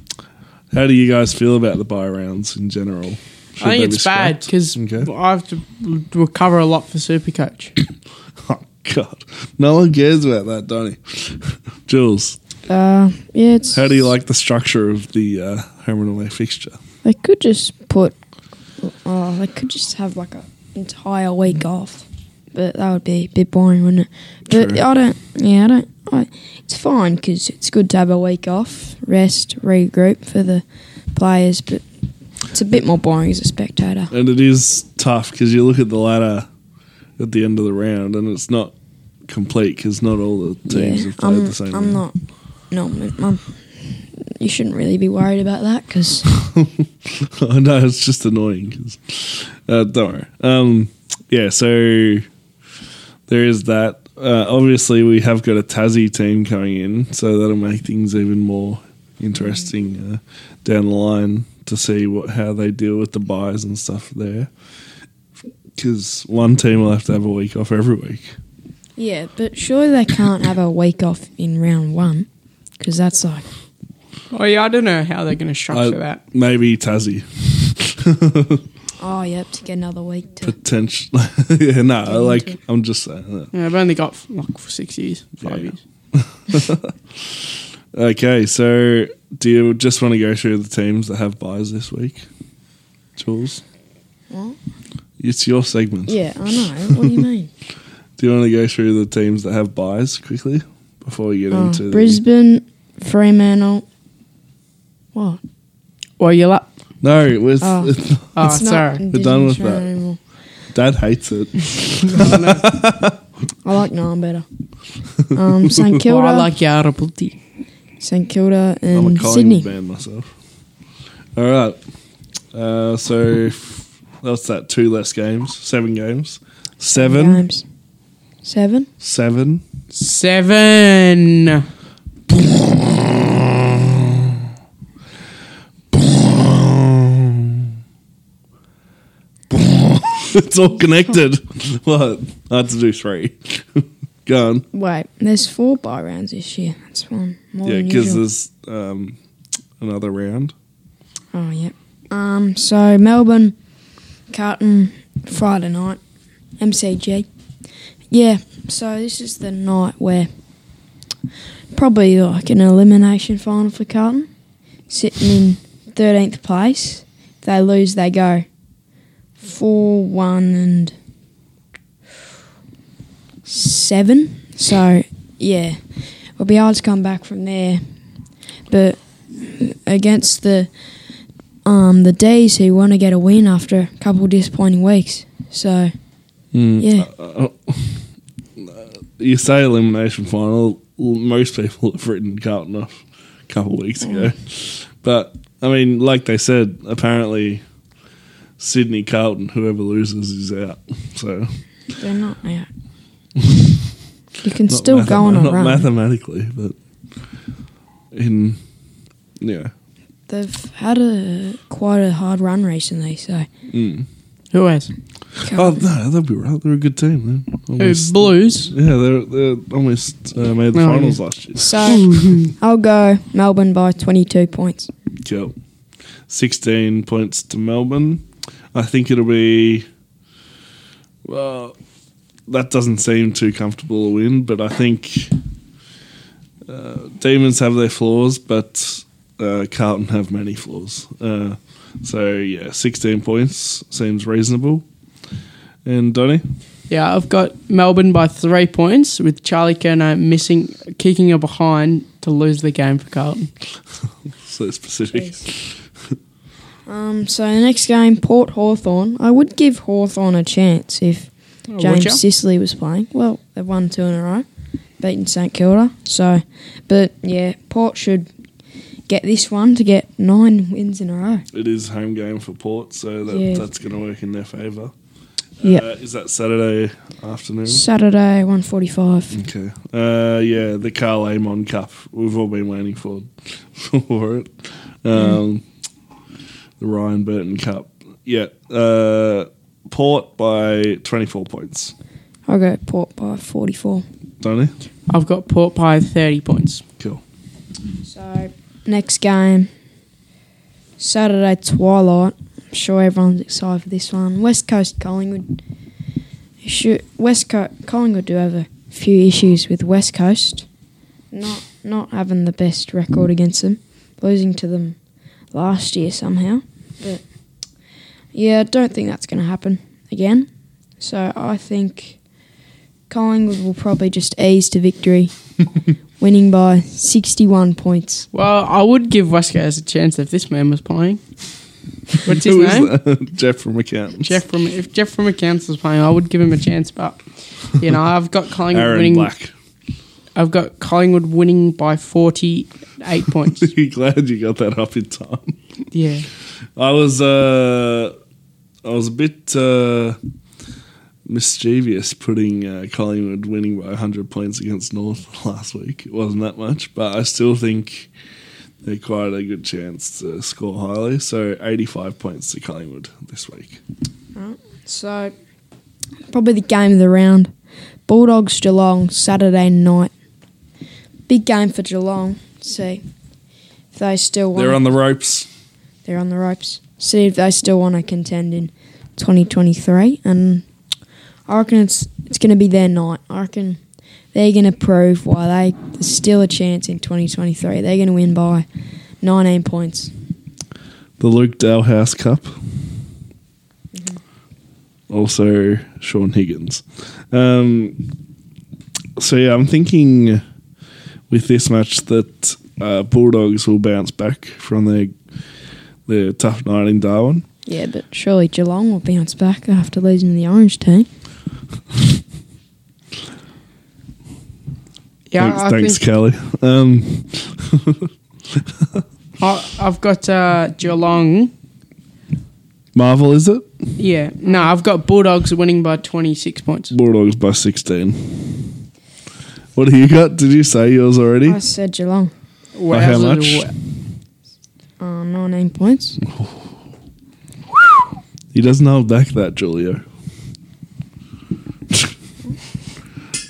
how do you guys feel about the buy rounds in general? Should
I
they
think
be
it's bad
scrapped?
because
Okay. [laughs]
I have to l- recover a lot for
[coughs]
Supercoach.
oh god, no one cares about that, Donny. [laughs] Jules,
uh yeah, it's
how do you like the structure of the uh, home and away fixture?
They could just put oh, they could just have like an entire week off. But that would be a bit boring, wouldn't it? But
True.
I don't yeah, I don't I, it's fine because it's good to have a week off, rest, regroup for the players, but it's a bit more boring as a spectator.
And it is tough because you look at the ladder at the end of the round, and it's not complete because not all the teams have played
I'm,
the same. round.
I'm not. No, mum. You shouldn't really be worried about
[laughs]
that because
[laughs] I know it's just annoying. 'cause- uh, don't worry. Um, yeah, so there is that. Uh, obviously, we have got a Tassie team coming in, so that'll make things even more interesting uh, down the line to see what how they deal with the buys and stuff there. Because one team will have to have a week off every week.
yeah, but surely they can't have a week off in round one because that's like
Oh yeah, I don't know how they're going to structure
I-
that.
Maybe Tassie.
oh, you have to get another week to.
Potential. [laughs] yeah, no, I like, I'm just saying that.
Yeah, I've only got like six years, five
Yeah.
years.
Okay, so do you just want to go through the teams that have buys this week, Jules?
What?
It's your segment.
Yeah, I know. What do you
[laughs]
mean?
Do you want to go through the teams that have buys quickly before we get
Oh,
into
Brisbane, Fremantle. What?
Well, you're like,
The, no, we're,
Oh.
oh,
It's not
sorry.
Indigenous
done with that.
round anymore.
[laughs] Dad hates it.
I like nine better.
[laughs]
Um, St Kilda,
Well, I like Yarrabilty.
St Kilda
I'm a
and
Collingwood
Sydney.
man myself. All right. Uh, so that's that. Two less games. Seven games. Seven.
Games. Seven.
Seven.
Seven.
[laughs] it's all connected. what? I had to do three. [laughs] go on.
Wait, there's four buy rounds this year. That's one more
Oh, Yeah,
than
because
usual.
there's um, another round.
Oh yep. Um. So Melbourne, Carlton, Friday night, MCG. Yeah. So this is the night where probably like an elimination final for Carlton, sitting in thirteenth place. If they lose, they go four one and seven. So yeah, it'll be hard to come back from there. But against the um, the days who want to get a win after a couple of disappointing weeks. So,
Hmm.
yeah,
Uh, You say elimination final. l- Most people have written Carlton off a couple weeks ago, but I mean, like they said, apparently Sydney Carlton, whoever loses is out. So
they're not
[laughs]
out. you can
not
still go on
mathema-
a
not
run.
mathematically, but in yeah,
They've had a quite a hard run recently, so
Who has?
Oh no, they'll be right. They're a good team. They're
Who?
almost-
Oh, Blues.
yeah, they're, they're almost uh, made the
Oh,
finals
yeah.
last year. [laughs]
so I'll go Melbourne by 22 points.
Cool. Sixteen points to Melbourne. I think it'll be. Well, that doesn't seem too comfortable a win, but I think uh, Demons have their flaws, but uh, Carlton have many flaws. Uh, so yeah, sixteen points seems reasonable. And Donny,
Yeah, I've got Melbourne by three points with Charlie Kerno missing, kicking a behind to lose the game for Carlton.
so specific.
Um, so the next game, Port Hawthorn. I would give Hawthorn a chance if
Oh, would ya?
James Sicily was playing. Well, they've won two in a row, beaten St Kilda. So, but yeah, Port should get this one to get nine wins in a row.
It is home game for Port, so that,
Yeah.
that's going to work in their favour.
Yeah.
Uh, is that Saturday afternoon?
Saturday, one forty-five.
Okay. Uh, yeah, the Carl Amon Cup. We've all been waiting for [laughs] for it. Um, The Ryan Burton Cup. Yeah. Uh, Port by 24 points.
I'll go Port by forty-four.
Don't you?
I've got Port by 30 points.
Cool.
So next game, Saturday twilight. I'm sure everyone's excited for this one. West Coast Collingwood. Issue, West Coast Collingwood do have a few issues with West Coast, not not having the best record against them, losing to them last year somehow. But yeah, I don't think that's going to happen again. So I think Collingwood will probably just ease to victory, winning by sixty-one points.
Well, I would give West Coast a chance if this man
[laughs]
was playing. What's his
Who is
name?
that? [laughs] Jeff from accountants.
Jeff from if Jeff from accounts was playing, I would give him a chance. But you know,
[laughs]
I've got Collingwood
Aaron
winning.
Black. [laughs]
I've got Collingwood winning by
[laughs]
forty-eight points.
you glad you got that up in time?
yeah,
I was uh, I was a bit uh, mischievous putting uh, Collingwood winning by 100 points against North [laughs] last week. It wasn't that much, but I still think they're quite a good chance to score highly. So 85 points to Collingwood this week.
So, probably the game of the round Bulldogs Geelong, Saturday night. Big game for Geelong. See if they still want
They're on the ropes.
they're on the ropes. See if they still want to contend in 2023. And I reckon it's, it's going to be their night. I reckon they're going to prove why they, there's still a chance in 2023. They're going to win by 19 points.
The Luke Dalhouse Cup.
Mm-hmm.
Also Sean Higgins. Um, so yeah, I'm thinking with this match that uh, Bulldogs will bounce back from their their tough night in Darwin.
Yeah, but surely Geelong will bounce back after losing to the Orange team.
yeah.
thanks,
I
thanks
think
Kelly. Um,
I, I've got uh, Geelong.
Marvel is it?
Yeah, no, I've got Bulldogs winning by twenty-six points.
Bulldogs by 16. What do you got? Did you say yours already?
I said Geelong.
Well,
how
absolute-
much?
Uh, 19 points.
He doesn't hold back that, Julio. [laughs]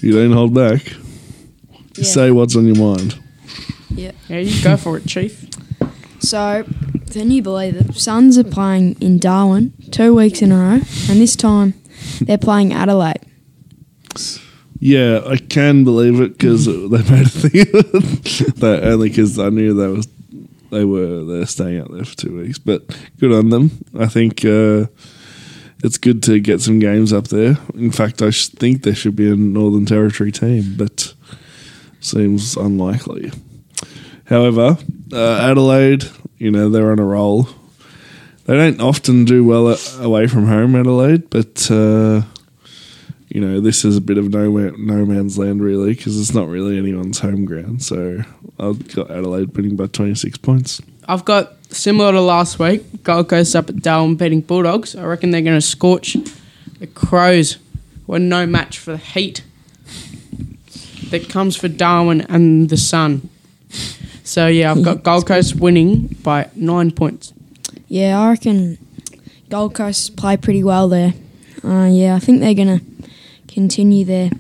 you don't hold back. You
Yeah.
say what's on your mind.
Yeah, you go for it, Chief.
So, can you believe it? Suns are playing in Darwin two weeks in a row, and this time they're playing Adelaide.
Yeah, I can believe it because they made a thing of it. That only because I knew they was they were they're staying out there for two weeks. But good on them. I think uh, it's good to get some games up there. In fact, I sh- think there should be a Northern Territory team, but seems unlikely. However, uh, Adelaide, you know, they're on a roll. They don't often do well a- away from home, Adelaide, but. Uh, you know, this is a bit of no ma- no man's land really because it's not really anyone's home ground. So I've got Adelaide winning by twenty six points.
I've got similar to last week. Gold Coast up at Darwin beating Bulldogs. I reckon they're going to scorch the Crows. Were no match for the heat that comes for Darwin and the sun. So yeah, I've got Gold Coast winning by nine points. Oh,
Yeah, I reckon Gold Coast play pretty well there. Uh, yeah, I think they're going to continue their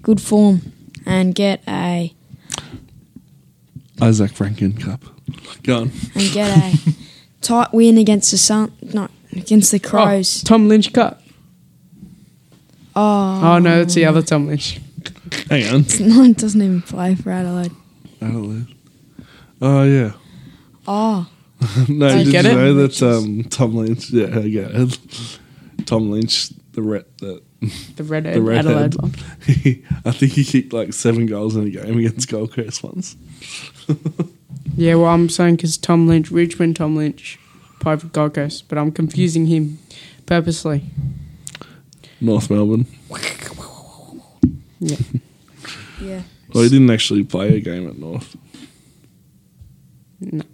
good form and get a
Isaac Franklin Cup. Go on.
and get a
[laughs]
tight win against the Sun. No, against the Crows.
Oh, Tom Lynch cut.
Oh, [laughs]
Oh no, that's the other Tom Lynch.
Hang on.
no, it doesn't even play for Adelaide.
Adelaide. Oh yeah.
Oh,
[laughs] no,
you
did
get
you
it?
know that um, Tom Lynch? Yeah, I get it. Tom Lynch, the ret that [laughs]
The red
the redhead.
Adelaide one.
I think he kicked like seven goals in a game against Gold Coast once.
Yeah, well, I'm saying because Tom Lynch, Richmond
[laughs]
Tom Lynch, played for Gold Coast, but I'm confusing him purposely.
North Melbourne.
Yeah.
Well, he didn't actually play a game at North. [laughs]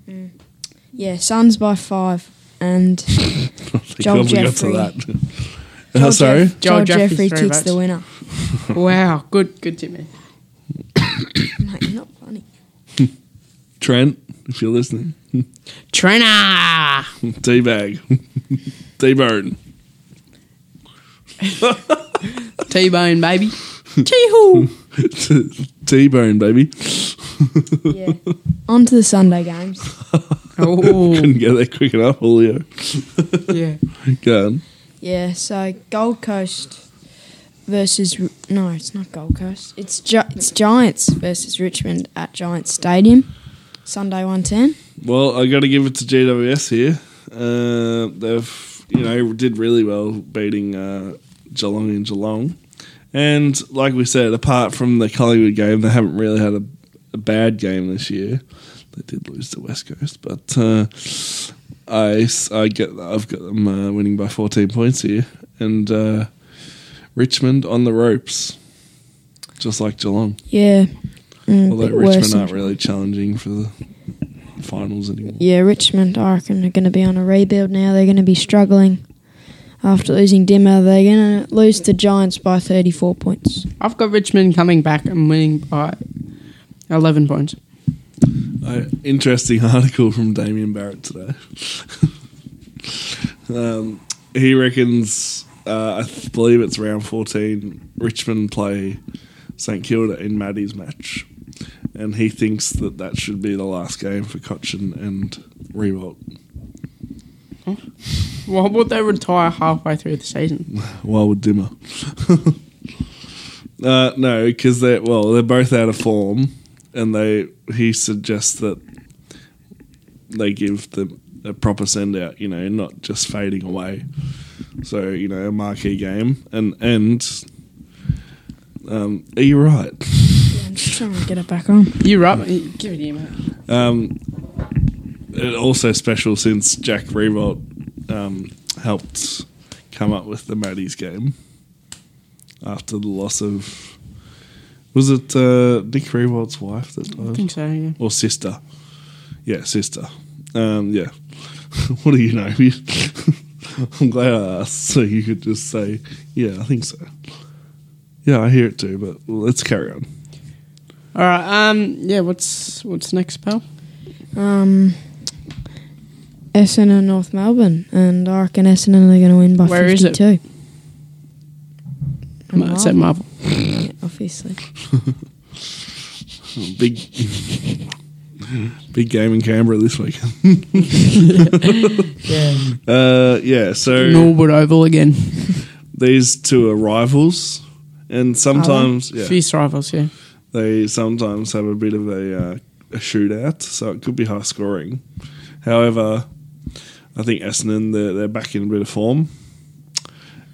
Yeah, Suns by five. And
I think
Joel
I'll get
Jeffrey.
to that. [laughs] oh, sorry.
Jeff-
Joel
Joel
Jeffrey,
Jeffrey
three votes.
kicks the winner.
Wow, good, good Timmy.
Mate, you're not funny.
Trent, if you're listening. [laughs]
Trina.
D [laughs] bag. D [laughs] burn.
T-bone [laughs] baby. Chee-hoo.
T bone, baby. [laughs]
Yeah. [laughs] On to the Sunday games.
Oh
Couldn't get that quick enough, Julio.
yeah.
Go on.
Yeah, so Gold Coast versus Ri- no, it's not Gold Coast. It's Gi- it's Giants versus Richmond at Giants Stadium, Sunday one ten.
Well, I got to give it to GWS here. Uh, they've, you know, did really well beating uh, Geelong in Geelong. And like we said, apart from the Collingwood game, they haven't really had a, a bad game this year. They did lose to West Coast, but uh, I, s- I get I've got them uh, winning by 14 points here, and uh, Richmond on the ropes, just like Geelong.
Yeah. Mm,
Although
bit worse
Richmond
than-
aren't really challenging for the finals anymore.
Yeah, Richmond, I reckon, are going to be on a rebuild now. They're going to be struggling after losing Dimmer. They're going to lose to Giants by 34 points.
I've got Richmond coming back and winning by eleven points.
Uh, interesting [laughs] article from Damien Barrett today. [laughs] um, he reckons, uh, I th- believe it's round 14, Richmond play St Kilda in Maddie's match. And he thinks that that should be the last game for Cochin and Revolt.
Why would they retire halfway through the season?
Why would Dimmer? [laughs] uh, no, because they well, they're both out of form, and they he suggests that they give them a proper send out. You know, not just fading away. So you know, a marquee game, and and um, are you right?
I'm just trying to get it back on.
You're up. Give it here, mate.
Um, and also special since Jack Revolt um, helped come up with the Maddies game after the loss of was it uh, Nick Revolt's wife that
I
died
think so. Yeah.
or sister? Yeah, sister. Um, yeah. [laughs] what do you know? [laughs] I'm glad I asked so you could just say, yeah, I think so. Yeah, I hear it too, but let's carry on.
All right. Um. Yeah. What's What's next, pal?
Um, Essendon, North Melbourne. And I reckon Essendon are going to win by
Where is it?
52.
Ma- It's at Marvel.
Yeah, obviously.
Big, big game in Canberra this weekend. yeah. [laughs] Uh, yeah. So
Norwood Oval again.
these two are rivals, and sometimes yeah,
Fierce rivals. Yeah.
they sometimes have a bit of a, uh, a shootout, so it could be high scoring. However, I think Essendon they're, they're back in a bit of form,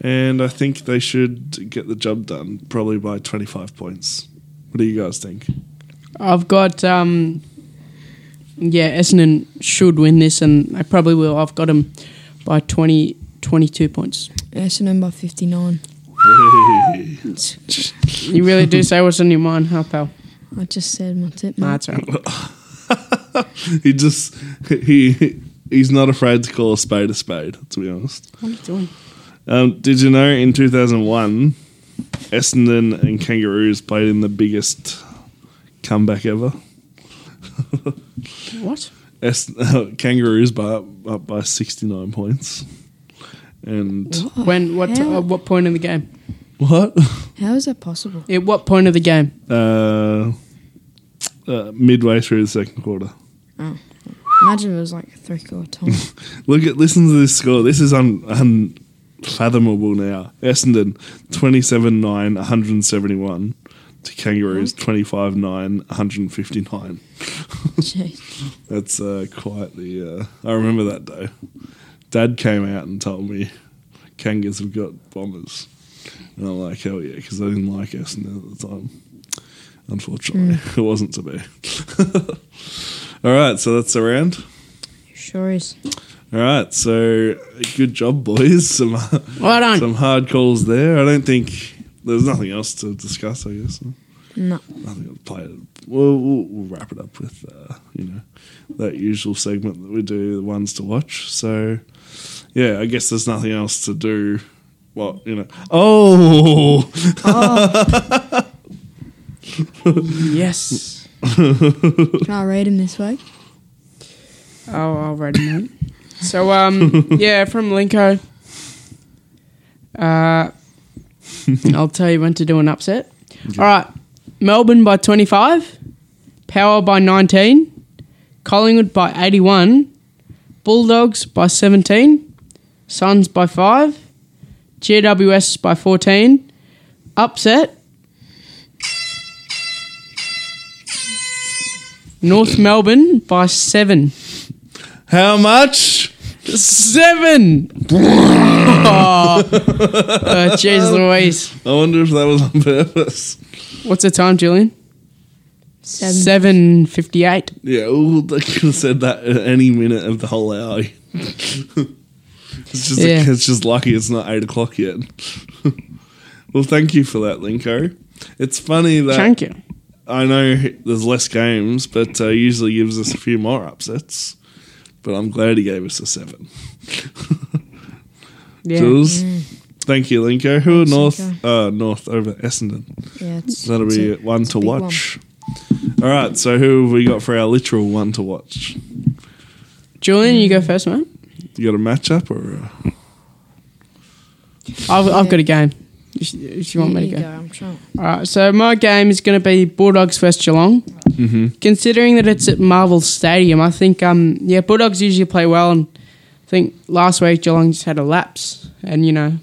and I think they should get the job done probably by twenty five points. What do you guys think? [laughs]
I've got um, yeah, Essendon should win this, and they probably will. I've got them by 20, 22 points.
Essendon by 59.
You really [laughs] do say what's on your mind, huh, pal?
I just said my tip.
Nah,
mate.
it's all right.
he just he he's not afraid to call a spade a spade. To be honest,
What are you doing?
um, did you know in two thousand one, Essendon and Kangaroos played in the biggest comeback ever.
What?
Es- [laughs] Kangaroos by up by sixty nine points, and
When? What?
hell.
uh, what point in the game?
what?
How is that possible?
At what point of the game?
[laughs] Uh, uh, midway through the second quarter.
Imagine if it was like a three
[laughs]
quarter time.
Look at listen to this score. This is un, unfathomable now. Essendon 27 9 171 to Kangaroos 25 9 159.
Jeez.
That's uh, quite the. Uh, I remember that day. Dad came out and told me Kangas have got bombers. And I'm like, hell yeah, because I didn't like Essendon at the time. Unfortunately, it wasn't [laughs] to be. All right, so that's the round.
Sure is.
All right, so good job, boys. Some
Right on.
some hard calls there. I don't think there's nothing else to discuss. I guess
No.
nothing else to play. We'll, we'll, we'll wrap it up with uh, you know that usual segment that we do, the ones to watch. So yeah, I guess there's nothing else to do. Well, you know. Oh, [laughs]
Yes.
Can I read him this week?
Oh, I'll read him out. So, um, yeah, from Linko. Uh, I'll tell you when to do an upset. All right. Melbourne by 25, Power by 19, Collingwood by 81, Bulldogs by 17, Suns by 5, GWS by 14, Upset, North Melbourne by 7.
how much?
[laughs] Seven. oh, jeez Uh, Louise.
I wonder if that was on purpose.
What's the time, Julian?
Seven.
Seven fifty-eight.
Yeah, ooh, [laughs] they could have said that at any minute of the whole hour. [laughs] it's just
Yeah.
it's just lucky it's not eight o'clock yet. [laughs] well, thank you for that, Linko. It's funny that
Thank you.
I know there's less games, but uh, usually gives us a few more upsets. But I'm glad he gave us a seven.
Yeah.
Jules, thank you, Linko. Who are
Mm. Thanks,
North uh, North over Essendon?
Yeah, it's,
That'll
it's
be
a-
one
it's a
to
big one.
watch. All right, so who have we got for our literal one to watch?
Julian, you go first, mate.
You got a matchup or? A-
I've, I've
Yeah.
got a game. If you- if you want me to
Here
go.
you I'm trying.
All right. So my game is going to be Bulldogs vs Geelong. Considering that it's at Marvel Stadium, I think um yeah Bulldogs usually play well, and I think last week Geelong just had a lapse, and you know,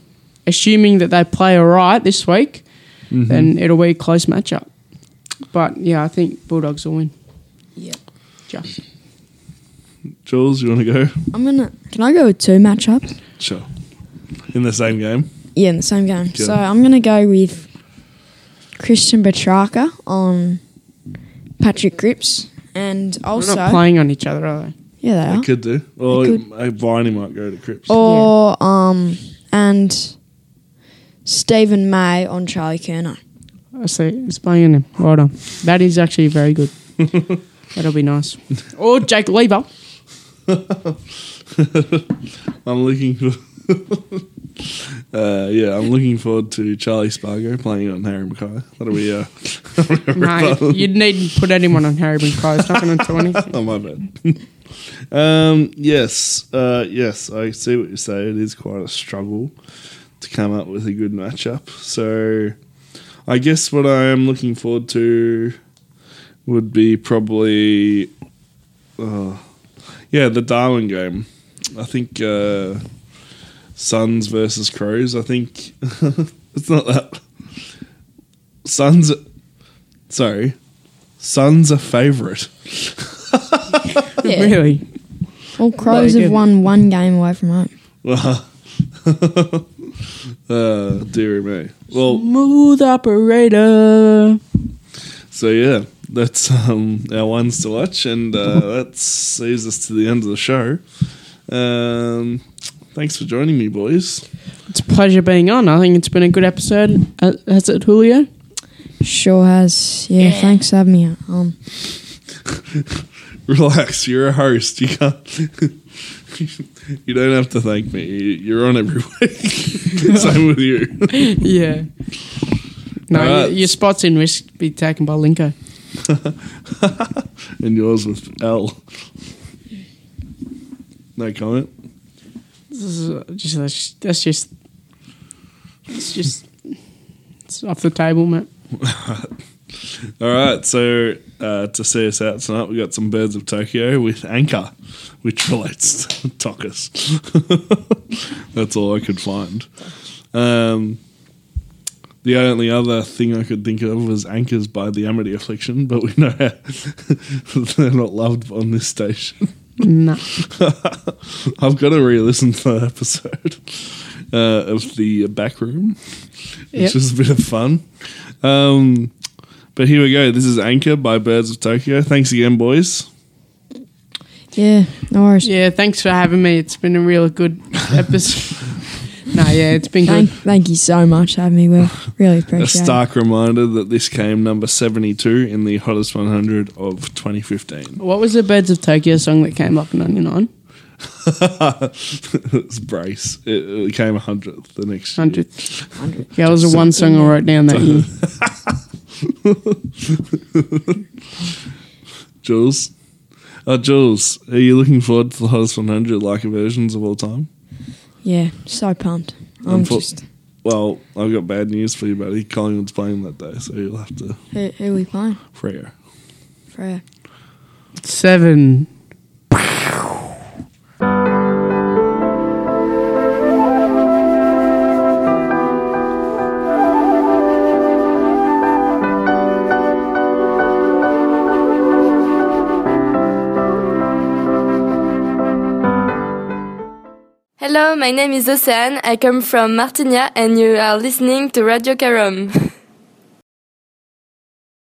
assuming that they play all right this week, then it'll be a close matchup. But yeah, I think Bulldogs will win.
Yeah.
Just
Jules, you want to go?
I'm gonna. Can I go with two matchups?
Sure. In the same game.
Yeah, in the same game.
Good.
So I'm gonna go with Christian Petrarca on Patrick Grips, and also
they're not playing on each other, are they?
yeah, they
I
are.
could do. Or
I could. Oh.
uh, Viney might go to Crips.
Or um and Stephen May on Charlie
[laughs]
Kerno.
I see. It's playing them. Right on. That is actually very good. That'll be nice. Or Jake Lever.
I'm looking for. [laughs] uh, yeah, I'm looking forward to Charlie Spargo playing on Harry Mackay. That'll be. Uh, [laughs]
No, you'd need to put anyone on Harry Mackay. It's not going to do
[laughs]
anything. [laughs]
oh, my bad. um, yes, uh, yes, I see what you say. It is quite a struggle to come up with a good matchup. So I guess what I am looking forward to would be probably. Uh, yeah, the Darwin game. I think uh, Suns versus Crows. I think [laughs] it's not that. Suns. Sorry. Suns are favourite.
Yeah.
Really?
Well, Crows
Like,
have
uh,
won one game away from home.
Well, uh, dear me. Well,
Smooth operator.
so yeah, that's um, our ones to watch, and uh, that saves us to the end of the show. Um, thanks for joining me, boys. [laughs]
It's a pleasure being on. I think it's been a good episode. Uh, Has it, Julio?
Sure has. Yeah, thanks for having me. Um,
Relax, you're a host. You can't. [laughs] you don't have to thank me. You- You're on every [laughs] week. Same with you.
Yeah. No,
All right.
your, your spot's in risk to be taken by Linko.
and yours with L. No comment.
This is, uh, Just, that's- that's just. It's just. It's off the table, mate.
All right, so uh, to see us out tonight, we got some Birds of Tokyo with Anchor, which relates to [laughs] Tokus. That's all I could find. Um, the only other thing I could think of was Anchors by the Amity Affliction, but we know [laughs] they're not loved on this station.
No.
I've got to re-listen to that episode [laughs] uh, of the back room,
Yep.
which was a bit of fun. Um, but here we go. This is Anchor by Birds of Tokyo. Thanks again, boys.
Yeah, no worries.
Yeah, thanks for having me. It's been a real [laughs] good episode. no, yeah, it's been
Thank,
good.
thank you so much for having me, Will.
[laughs]
Really
A
appreciate it.
stark reminder that this came number 72 in the hottest 100 of 2015.
What was the Birds of Tokyo song that came up in 99?
[laughs] it's brace. It, it came 100th the next year.
100. Yeah, it was the one song I wrote down that year.
Jules. Uh, Jules, are you looking forward to the hottest 100 like versions of all time?
Yeah, so pumped. I'm
Unfor-
just.
Well, I've got bad news for you, buddy. Collingwood's playing that day, so you'll have to
Who, who we playing?
prayer.
Freya.
Seven.
Hello, my name is Oceane. I come from Martinia and you are listening to Radio Carom. [laughs]